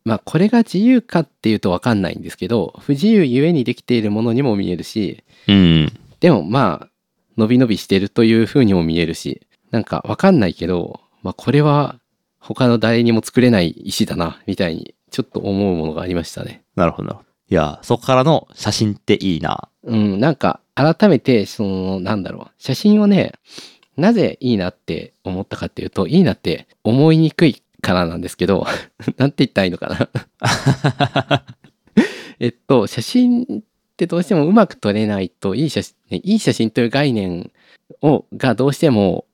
[SPEAKER 2] まあこれが自由かっていうと分かんないんですけど不自由ゆえにできているものにも見えるし
[SPEAKER 1] うん。
[SPEAKER 2] でもまあ伸び伸びしてるというふうにも見えるしなんか分かんないけど、まあ、これは他の誰にも作れない石だなみたいにちょっと思うものがありましたね。
[SPEAKER 1] なるほどなるほど。いや、そこからの写真っていいな
[SPEAKER 2] うん、なんか改めてそのなんだろう写真をねなぜいいなって思ったかっていうといいなって思いにくいからなんですけど なんて言ったらいいのかな えっと写真ってどうしてもうまく撮れないといい写真ねいい写真という概念をがどうしても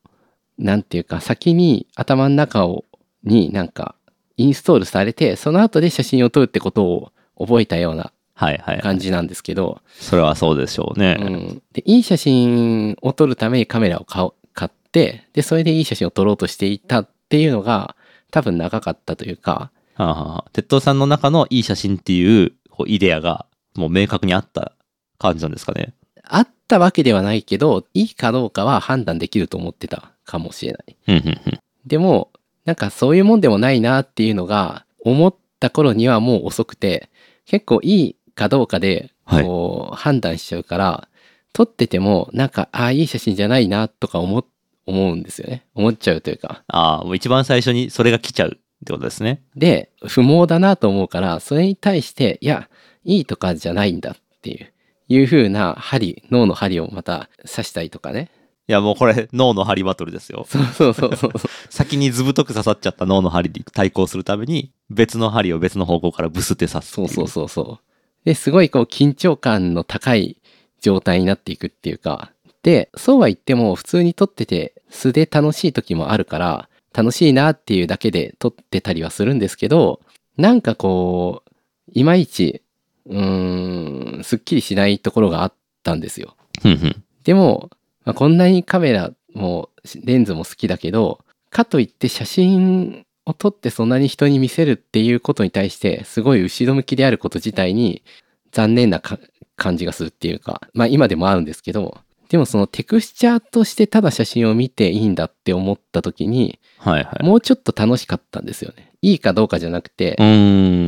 [SPEAKER 2] なんていうか先に頭の中をになんかインストールされてその後で写真を撮るってことを覚えたような
[SPEAKER 1] はいはいはい。
[SPEAKER 2] 感じなんですけど、
[SPEAKER 1] それはそうでしょうね。
[SPEAKER 2] うん、でいい写真を撮るためにカメラを買お買ってでそれでいい写真を撮ろうとしていたっていうのが多分長かったというか
[SPEAKER 1] はあはあはあ鉄道さんの中のいい写真っていうこうイデアがもう明確にあった感じなんですかね。
[SPEAKER 2] あったわけではないけどいいかどうかは判断できると思ってたかもしれない
[SPEAKER 1] うんうんうん。
[SPEAKER 2] でもなんかそういうもんでもないなっていうのが思った頃にはもう遅くて結構いいかどうかで
[SPEAKER 1] はい
[SPEAKER 2] こう判断しちゃうから、撮っててもなんかああいい写真じゃないなとか思思うんですよね思っちゃうというか
[SPEAKER 1] ああ、もう一番最初にそれが来ちゃうってことですね。
[SPEAKER 2] で不毛だなと思うからそれに対していやいいとかじゃないんだっていういう風な針脳の針をまた刺したりとかね
[SPEAKER 1] いやもうこれ脳の針バトルですよ。
[SPEAKER 2] そうそうそうそうそう
[SPEAKER 1] 先にずぶとく刺さっちゃった脳の針に対抗するために別の針を別の方向からブスって刺すって
[SPEAKER 2] そ
[SPEAKER 1] いう
[SPEAKER 2] そうそうそうですごいこう緊張感の高い状態になっていくっていうかでそうは言っても普通に撮ってて素で楽しい時もあるから楽しいなっていうだけで撮ってたりはするんですけどなんかこういまいちうーんすっきりしないところがあったんですよ
[SPEAKER 1] うんうん
[SPEAKER 2] でも、まあこんなにカメラもレンズも好きだけどかといって写真を撮ってそんなに人に見せるっていうことに対してすごい後ろ向きであること自体に残念なか感じがするっていうかまあ今でもあるんですけどでもそのテクスチャーとしてただ写真を見ていいんだって思った時に
[SPEAKER 1] はいはい。
[SPEAKER 2] もうちょっと楽しかったんですよね。いいかどうかじゃなくて
[SPEAKER 1] うー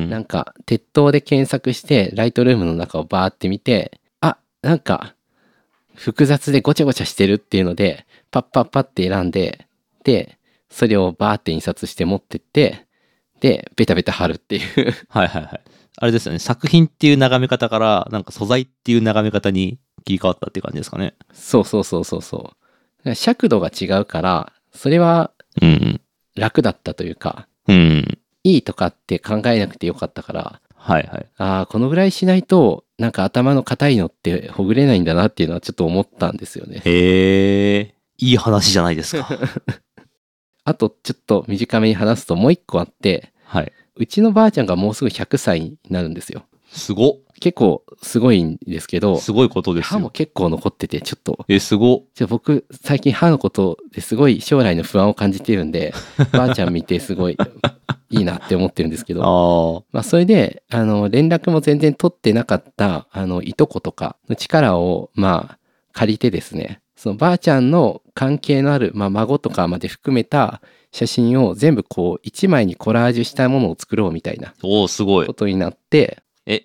[SPEAKER 1] ん。
[SPEAKER 2] なんか、鉄塔で検索して、ライトルームの中をバーって見て、あ、なんか、複雑でごちゃごちゃしてるっていうので、パッパッパって選んで、で、それをバーって印刷して持ってって、で、ベタベタ貼るっていう。
[SPEAKER 1] はいはいはい。あれですよね。作品っていう眺め方から、なんか素材っていう眺め方に切り替わったっていう感じですかね。
[SPEAKER 2] そうそうそうそうそう。だから尺度が違うから、それは
[SPEAKER 1] うん
[SPEAKER 2] 楽だったというか、
[SPEAKER 1] うん。うん。
[SPEAKER 2] いいとかって考えなくてよかったから、
[SPEAKER 1] はいはい。
[SPEAKER 2] ああ、このぐらいしないと、なんか頭の硬いのってほぐれないんだなっていうのはちょっと思ったんですよね。
[SPEAKER 1] へえ、いい話じゃないですか。
[SPEAKER 2] あとちょっと短めに話すともう一個あって、
[SPEAKER 1] はい。
[SPEAKER 2] うちのばあちゃんがもうすぐ100歳になるんですよ。
[SPEAKER 1] すご
[SPEAKER 2] 結構すごいんですけど、
[SPEAKER 1] すごいことです
[SPEAKER 2] 歯も
[SPEAKER 1] よ。
[SPEAKER 2] 結構残ってて、ちょっと、
[SPEAKER 1] え、すご。
[SPEAKER 2] ちょっと僕最近歯のことですごい将来の不安を感じてる んで、ばあちゃん見てすごいいいなって思ってるんですけ
[SPEAKER 1] あ
[SPEAKER 2] ど、まあそれで、あの、連絡も全然取ってなかった、あの、いとことかの力を、まあ、借りてですね、そのばあちゃんの関係のある、まあ、孫とかまで含めた写真を全部こう、一枚にコラージュしたものを作ろうみたいな
[SPEAKER 1] あ。おお、すごい
[SPEAKER 2] こ。とになって、
[SPEAKER 1] え、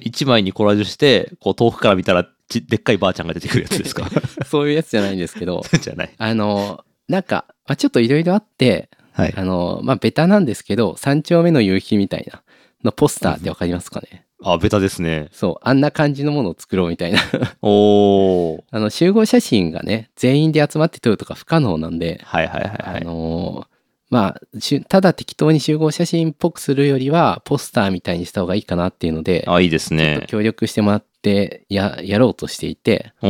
[SPEAKER 1] 一枚にコラージュして、こう遠くから見たらち、でっかいばあちゃんが出てくるやつです か
[SPEAKER 2] そういうやつじゃないんですけ ど、
[SPEAKER 1] じゃない。
[SPEAKER 2] あの、なんか、まあ、ちょっといろいろあって、
[SPEAKER 1] はい。
[SPEAKER 2] あの、まあ、ベタなんですけど、三丁目の夕日みたいなのポスターってわかりますかね
[SPEAKER 1] あ、ベタですね。
[SPEAKER 2] そう、あんな感じのものを作ろうみたいな。
[SPEAKER 1] おお。
[SPEAKER 2] あの集合写真がね全員で集まって撮るとか不可能なんで、
[SPEAKER 1] はいはいはいは
[SPEAKER 2] あ
[SPEAKER 1] い。
[SPEAKER 2] のーまあしゅただ適当に集合写真っぽくするよりはポスターみたいにした方がいいかなっていうので、
[SPEAKER 1] あ、いいです
[SPEAKER 2] ちょっと
[SPEAKER 1] ね。
[SPEAKER 2] 協力してもらってややろうとしていて
[SPEAKER 1] お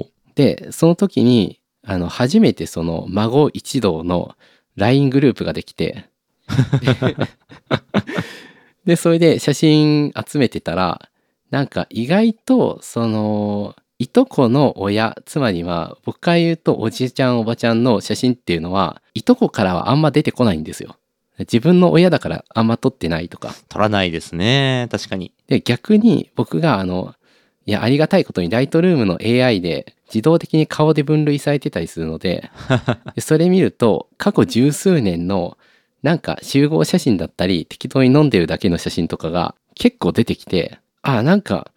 [SPEAKER 1] お。
[SPEAKER 2] でその時にあの初めてその孫一同の LINE グループができてでそれで写真集めてたらなんか意外とそのいとこの親つまりは僕から言うとおじいちゃんおばちゃんの写真っていうのはいとこからはあんま出てこないんですよ。自分の親だからあんま撮ってないとか。
[SPEAKER 1] 取らないですね。確かに。
[SPEAKER 2] で逆に僕があのいやありがたいことにライトルームの AI で自動的に顔で分類されてたりするのででそれ見ると過去十数年のなんか集合写真だったり適当に飲んでるだけの写真とかが結構出てきてあなんか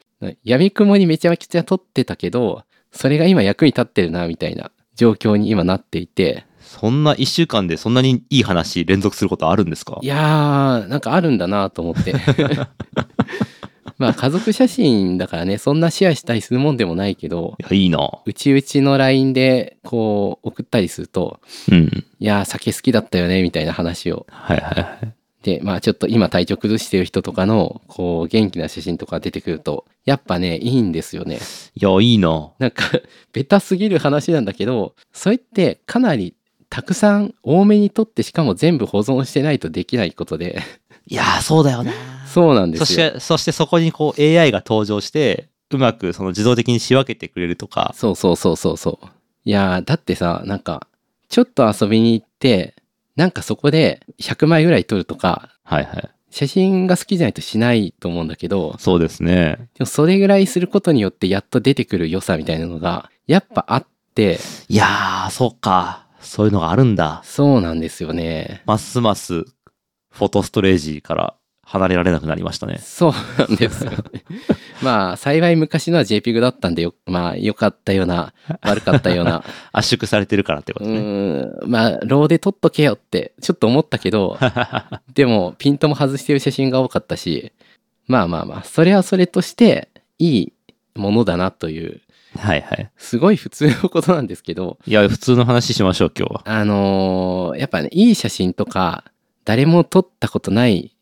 [SPEAKER 2] 闇雲にめちゃくちゃ撮ってたけどそれが今役に立ってるなみたいな状況に今なっていて
[SPEAKER 1] そんな1週間でそんなにいい話連続することあるんですか
[SPEAKER 2] いやーなんかあるんだなと思って まあ家族写真だからねそんなシェアしたりするもんでもないけど
[SPEAKER 1] いや、いいな。
[SPEAKER 2] うちうちの LINE でこう送ったりすると
[SPEAKER 1] うん。
[SPEAKER 2] 「いやー酒好きだったよね」みたいな話を
[SPEAKER 1] はいはいはい。
[SPEAKER 2] でまあちょっと今体調崩してる人とかのこう元気な写真とか出てくるとやっぱねいいんですよね
[SPEAKER 1] いや、いいな。
[SPEAKER 2] なんかベタすぎる話なんだけどそれってかなりたくさん多めに撮ってしかも全部保存してないとできないことで
[SPEAKER 1] いやー、そうだよな。
[SPEAKER 2] そうなんで
[SPEAKER 1] そ
[SPEAKER 2] す
[SPEAKER 1] し
[SPEAKER 2] よ
[SPEAKER 1] て、そしてそこにこう AI が登場して、うまくその自動的に仕分けてくれるとか。
[SPEAKER 2] そうそうそうそうそう。いやー、だってさ、なんか、ちょっと遊びに行って、なんかそこで100枚ぐらい撮るとか、
[SPEAKER 1] はいはい。
[SPEAKER 2] 写真が好きじゃないとしないと思うんだけど、
[SPEAKER 1] そうですね。
[SPEAKER 2] でもそれぐらいすることによってやっと出てくる良さみたいなのが、やっぱあって、
[SPEAKER 1] いやー、そうか。そういうのがあるんだ。
[SPEAKER 2] そうなんですよね。
[SPEAKER 1] ますます、フォトストレージから離れられなくなりましたね。
[SPEAKER 2] そうなんですよね。まあ、幸い昔のは JPEG だったんでよ、まあ、良かったような、悪かったような、
[SPEAKER 1] 圧縮されてるからってこ
[SPEAKER 2] う
[SPEAKER 1] と ね。
[SPEAKER 2] ーん、まあ、ローで撮っとけよって、ちょっと思ったけど、でも、ピントも外してる写真が多かったし、まあまあまあ、それはそれとして、いいものだなという、
[SPEAKER 1] はいはい。
[SPEAKER 2] すごい普通のことなんですけど、
[SPEAKER 1] いや、普通の話しましょう、今日は。
[SPEAKER 2] あのーやっぱね、いい写真とか、誰も撮ったことない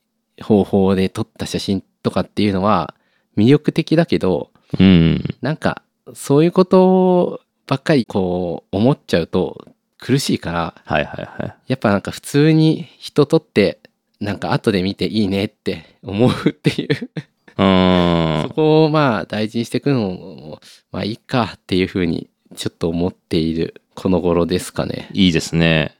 [SPEAKER 2] 方法で撮った写真とかっていうのは、魅力的だけど、
[SPEAKER 1] うん。
[SPEAKER 2] なんか、そういうことばっかりこう、思っちゃうと苦しいから、
[SPEAKER 1] はいはいはい。
[SPEAKER 2] やっぱなんか普通に人撮って、なんか後で見ていいねって思うっていう。
[SPEAKER 1] うー
[SPEAKER 2] そ
[SPEAKER 1] ん。
[SPEAKER 2] こをまあ大事にしていくのも、まあいいかっていうふうにちょっと思っているこの頃ですかね。
[SPEAKER 1] いいですね。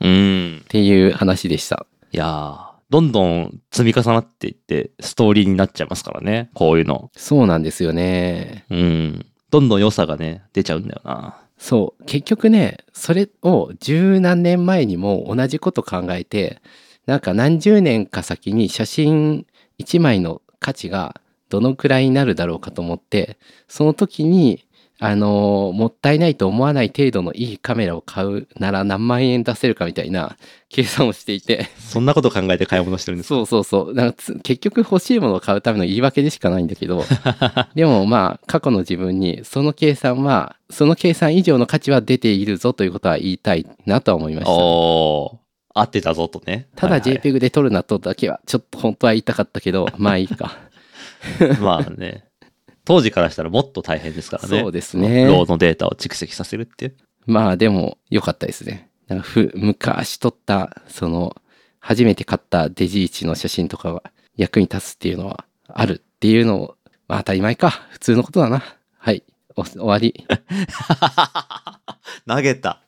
[SPEAKER 1] うん
[SPEAKER 2] っ。ていう話でした。
[SPEAKER 1] いやーどんどん積み重なっていって、ストーリーになっちゃいますからね。こういうの。
[SPEAKER 2] そうなんですよね。
[SPEAKER 1] うん。どんどん良さがね、出ちゃうんだよな。
[SPEAKER 2] そう。結局ね、それを十何年前にも同じこと考えて、なんか何十年か先に写真一枚の価値がどのくらいになるだろうかと思って、その時に、あのーもったいないと思わない程度のいいカメラを買うなら何万円出せるかみたいな計算をしていて、
[SPEAKER 1] そんなこと考えて買い物してるんですか
[SPEAKER 2] そうそうそう。なんかつ結局欲しいものを買うための言い訳でしかないんだけど、 でもまあ過去の自分にその計算は、その計算以上の価値は出ているぞということは言いたいなとは思いました。
[SPEAKER 1] おー。合ってたぞとね。
[SPEAKER 2] た
[SPEAKER 1] は
[SPEAKER 2] だ
[SPEAKER 1] いはい
[SPEAKER 2] JPEG で撮るなとだけはちょっと本当は言いたかったけど、まあいい か。
[SPEAKER 1] まあね。当時からしたらもっと大変ですからね。
[SPEAKER 2] そうですね
[SPEAKER 1] ローのデータを蓄積させるっていう。
[SPEAKER 2] まあでも良かったですね。なんかふ昔撮った、その、初めて買ったデジイチの写真とかは役に立つっていうのはあるっていうのを、まあ当たり前か。普通のことだな。はい。お 終わり。
[SPEAKER 1] 投げた。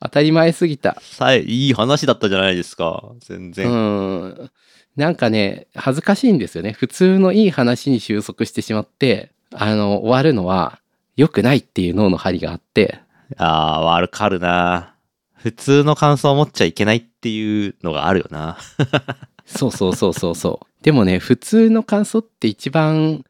[SPEAKER 2] 当たり前すぎた。
[SPEAKER 1] さえ、いい話だったじゃないですか。全
[SPEAKER 2] う
[SPEAKER 1] 然。
[SPEAKER 2] ん。なんかね、恥ずかしいんですよね。普通のいい話に収束してしまって、あの、終わるのは良くないっていう脳の針があって、
[SPEAKER 1] あー、わかるな。普通の感想を持っちゃいけないっていうのがあるよな。
[SPEAKER 2] そうそうそうそうそう。でもね、普通の感想って一番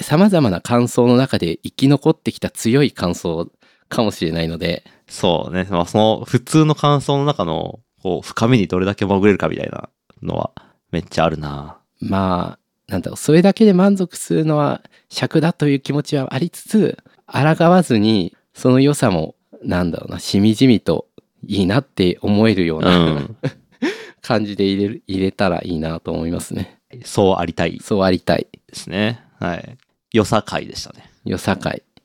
[SPEAKER 2] 様々な感想の中で生き残ってきた強い感想かもしれないので、
[SPEAKER 1] そうね。まあ、その普通の感想の中の、こう、深みにどれだけ潜れるかみたいなのは、めっちゃあるな。
[SPEAKER 2] まあ、なんだろう、それだけで満足するのは尺だという気持ちはありつつ、抗わずに、その良さも、なんだろうな、しみじみといいなって思えるよう
[SPEAKER 1] う
[SPEAKER 2] な、
[SPEAKER 1] ん。
[SPEAKER 2] 感じで入れる入れたらいいなと思いますね。
[SPEAKER 1] そうありたい
[SPEAKER 2] そうありたい。
[SPEAKER 1] ですね。はい。良さ会でしたね。
[SPEAKER 2] よさかいっ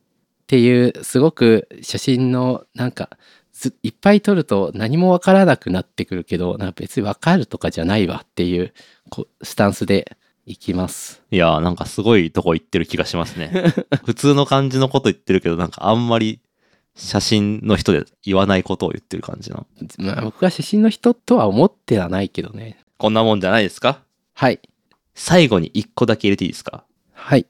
[SPEAKER 2] ていうすごく写真のなんかずいっぱい撮ると何もわからなくなってくるけどなんか別にわかるとかじゃないわっていうこうスタンスで行きます。
[SPEAKER 1] いやーなんかすごいとこ行ってる気がしますね。 普通の感じのこと言ってるけど、なんかあんまり写真の人で言わないことを言ってる感じの。
[SPEAKER 2] まあ、僕は写真の人とは思ってはないけどね。
[SPEAKER 1] こんなもんじゃないですか
[SPEAKER 2] はい。
[SPEAKER 1] 最後に一個だけ入れていいですか
[SPEAKER 2] はい。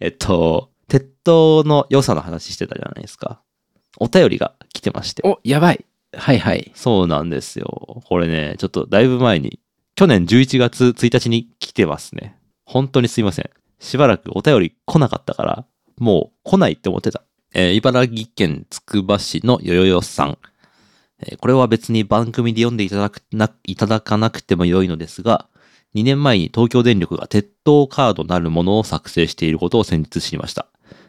[SPEAKER 1] えっと、鉄塔の良さの話してたじゃないですか。お便りが来てまして。
[SPEAKER 2] お、やばい。はいはい。
[SPEAKER 1] そうなんですよ。これね、ちょっとだいぶ前に、去年11月1日に来てますね。本当にすいません。しばらくお便り来なかったから、もう来ないって思ってた。えー茨城県つくば市のよよよさん。えーこれは別に番組で読んでいただくな、いただかなくても良いのですが、2年前に東京電力が鉄塔カードなるものを作成していることを先日知りました。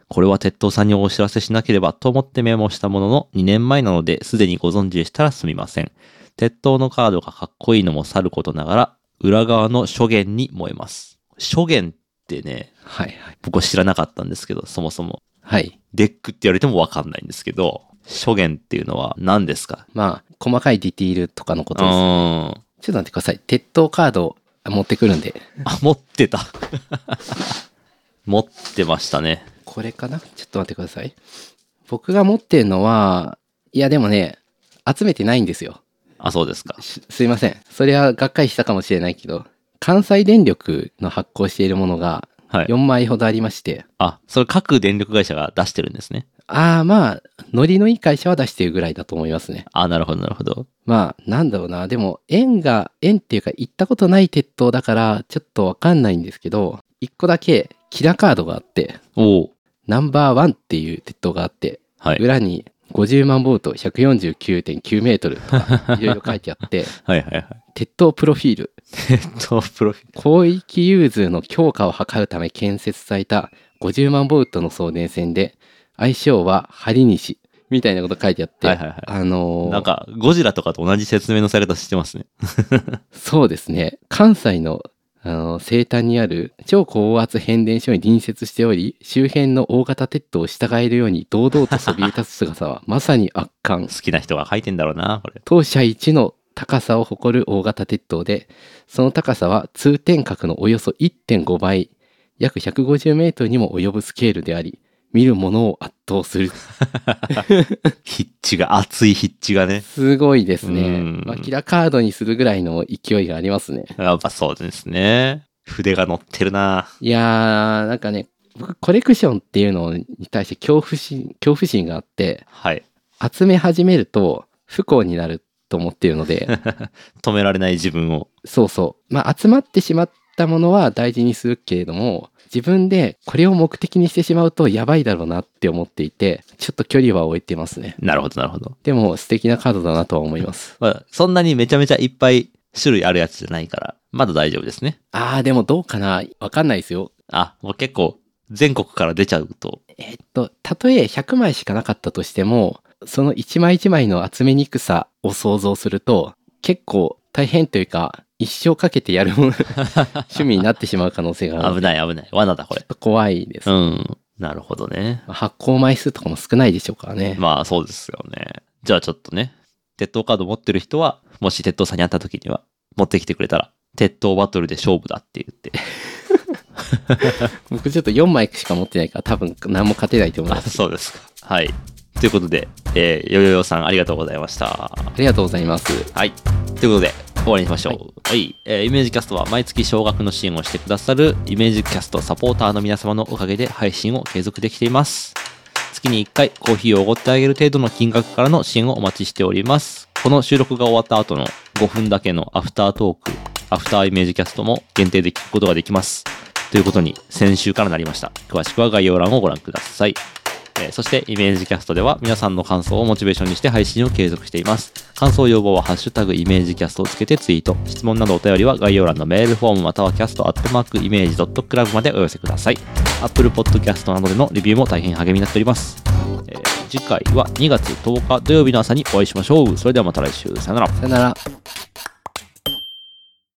[SPEAKER 1] これは鉄塔さんにお知らせしなければと思ってメモしたものの2年前なのですでにご存知でしたらすみません。鉄塔のカードがかっこいいのもさることながら裏側の諸言に燃えます。諸言ってね、
[SPEAKER 2] はいはい。
[SPEAKER 1] 僕は知らなかったんですけど、そもそも。
[SPEAKER 2] はい。
[SPEAKER 1] デックって言われてもわかんないんですけど、諸言っていうのは何ですか
[SPEAKER 2] まあ、細かいディティールとかのこと
[SPEAKER 1] う
[SPEAKER 2] です。
[SPEAKER 1] ーん。
[SPEAKER 2] ちょっと待ってください。鉄塔カード持ってくるんで。
[SPEAKER 1] あ、持ってた。 持ってましたね。
[SPEAKER 2] これかなちょっと待ってください。僕が持ってるのは、いやでもね、集めてないんですよ。
[SPEAKER 1] あ、そうですか。
[SPEAKER 2] すすいません。それはがっかりしたかもしれないけど、関西電力の発行しているものが
[SPEAKER 1] はい
[SPEAKER 2] 4。枚ほどありまして、
[SPEAKER 1] あ、それ各電力会社が出してるんですね。
[SPEAKER 2] ああまあ、ノリのいい会社は出してるぐらいだと思いますね。
[SPEAKER 1] あ、なるほど、なるほど。
[SPEAKER 2] まあ、なんだろうな。でも、縁が、縁っていうか行ったことない鉄塔だから、ちょっとわかんないんですけど、1個だけキラカードがあって、
[SPEAKER 1] おお。
[SPEAKER 2] ナンバーワンっていう鉄塔があって、
[SPEAKER 1] はい。
[SPEAKER 2] 裏に50万ボルト149.9メートルと かいろいろ書いてあって
[SPEAKER 1] はいはいはい。
[SPEAKER 2] 鉄塔プロフィール
[SPEAKER 1] えっと、プロフィール。
[SPEAKER 2] 広域融通の強化を図るため建設された50万ボルトの送電線で愛称は針西みたいなこと書いてあって、
[SPEAKER 1] はいはいはい
[SPEAKER 2] あのー
[SPEAKER 1] なんか、ゴジラとかと同じ説明のされ方してますね。
[SPEAKER 2] そうですね関西のあの西端にある超高圧変電所に隣接しており周辺の大型鉄塔を従えるように堂々とそびえ立つ姿はまさに圧巻
[SPEAKER 1] 好きな人が書いてんだろうな、これ。
[SPEAKER 2] 当社一の高さを誇る大型鉄塔で、その高さは通天閣のおよそ1.5倍、約150メートルにも及ぶスケールであり、見るものを圧倒する。
[SPEAKER 1] 筆致が、熱い筆致がね。
[SPEAKER 2] すごいです
[SPEAKER 1] う
[SPEAKER 2] ね
[SPEAKER 1] ん。
[SPEAKER 2] まあ、キラカードにするぐらいの勢いがありますね。
[SPEAKER 1] やっぱそうですね。筆が乗ってるな。
[SPEAKER 2] いやー、なんかね、僕コレクションっていうのに対して恐怖心、恐怖心があって、
[SPEAKER 1] はい。
[SPEAKER 2] 集め始めると不幸になると思っているので、
[SPEAKER 1] 止められない自分を。
[SPEAKER 2] そうそう。まあ、集まってしまったものは大事にするけれども、自分でこれを目的にしてしまうとやばいだろうなって思っていて、ちょっと距離は置いてますね。
[SPEAKER 1] なるほど、なるほど。
[SPEAKER 2] でも素敵なカードだなとは思います。
[SPEAKER 1] まあ、そんなにめちゃめちゃいっぱい種類あるやつじゃないから、まだ大丈夫ですね。
[SPEAKER 2] あー、でもどうかなわかんないですよ。
[SPEAKER 1] あ、もう結構、全国から出ちゃうと。
[SPEAKER 2] えっと、たとえ100枚しかなかったとしても、その1枚1枚の集めにくさを想像すると、結構大変というか、一生かけてやる もの趣味になってしまう可能性がある。
[SPEAKER 1] 危ない危ない。罠だ、こ
[SPEAKER 2] ちょ
[SPEAKER 1] れ
[SPEAKER 2] っ。と怖いです
[SPEAKER 1] う。ん。なるほどね。
[SPEAKER 2] 発行枚数とかも少ないでしょうからね。
[SPEAKER 1] まあそうですよね。じゃあちょっとね、鉄塔カード持ってる人は、もし鉄塔さんに会った時には、持ってきてくれたら、鉄塔バトルで勝負だって言って。
[SPEAKER 2] 僕ちょっと4枚しか持ってないから多分何も勝てないと思い
[SPEAKER 1] あ、
[SPEAKER 2] ま す。
[SPEAKER 1] そうですか。はい。ということで、えー、よよよさんありがとうございました。
[SPEAKER 2] ありがとうございます。
[SPEAKER 1] はい。ということで、終わりにしましょう。はい、えーイメージキャストは毎月少額の支援をしてくださるイメージキャストサポーターの皆様のおかげで配信を継続できています。月に1回コーヒーをおごってあげる程度の金額からの支援をお待ちしております。この収録が終わった後の5分だけのアフタートーク、アフターイメージキャストも限定で聞くことができます。ということに先週からなりました。詳しくは概要欄をご覧ください。えーそしてイメージキャストでは皆さんの感想をモチベーションにして配信を継続しています。感想要望はハッシュタグイメージキャストをつけてツイート。質問などお便りは概要欄のメールフォームまたはキャストアットマークイメージドットクラブまでお寄せください。Apple Podcast などでのレビューも大変励みになっております。えー次回は2月10日土曜日の朝にお会いしましょう。それではまた来週。さよなら。
[SPEAKER 2] さよなら。